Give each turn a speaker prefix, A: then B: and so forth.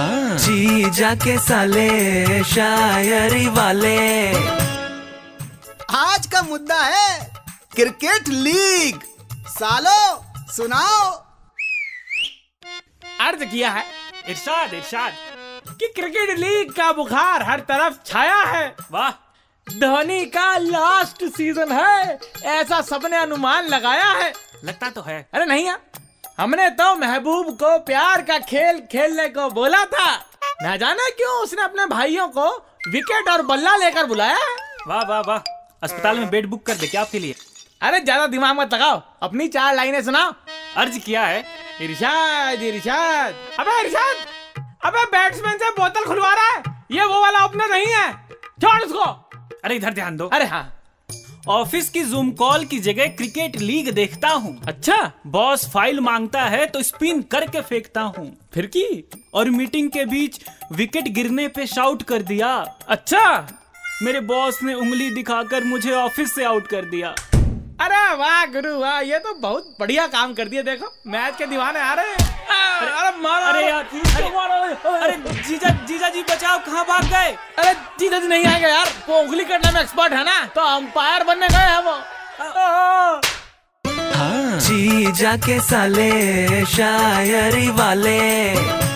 A: जी जाके साले शायरी वाले
B: आज का मुद्दा है क्रिकेट लीग सालो सुनाओ
C: अर्ज किया है इरशाद इरशाद कि क्रिकेट लीग का बुखार हर तरफ छाया है वाह धोनी का लास्ट सीजन है ऐसा सबने अनुमान लगाया है
D: लगता तो है
C: अरे नहीं यार हमने तो महबूब को प्यार का खेल खेलने को बोला था ना जाने क्यों उसने अपने भाइयों को विकेट और बल्ला लेकर बुलाया है
D: वाह वाह वाह अस्पताल में बेड बुक कर दे क्या आपके लिए
C: अरे ज्यादा दिमाग मत लगाओ अपनी चार लाइनें सुनाओ
D: अर्ज किया है
C: इरशाद इरशाद अबे इरशाद अबे बैट्समैन से बोतल खुलवा रहा है ये वो वाला ओपनर नहीं है छोड़ उसको
D: अरे इधर ध्यान दो
C: अरे हाँ
D: ऑफिस की जूम कॉल की जगह क्रिकेट लीग देखता हूँ
C: अच्छा
D: बॉस फाइल मांगता है तो स्पिन करके फेंकता हूँ
C: फिर की
D: और मीटिंग के बीच विकेट गिरने पे शाउट कर दिया
C: अच्छा
D: मेरे बॉस ने उंगली दिखाकर मुझे ऑफिस से आउट कर दिया
C: अरे वाह गुरु वाह ये तो बहुत बढ़िया काम कर दिया देखो मैच के दीवाने आ रहे हैं अरे अरे मारो
D: अरे यार,
C: इसको
D: अरे-
C: मारो
D: अरे जीजा जीजा जी बचाओ कहाँ भाग गए
C: अरे जीजा जी नहीं आएगा यार वो उंगली करने में एक्सपर्ट है ना तो अंपायर बनने गए हैं वो
A: जी जाके साले शायरी वाले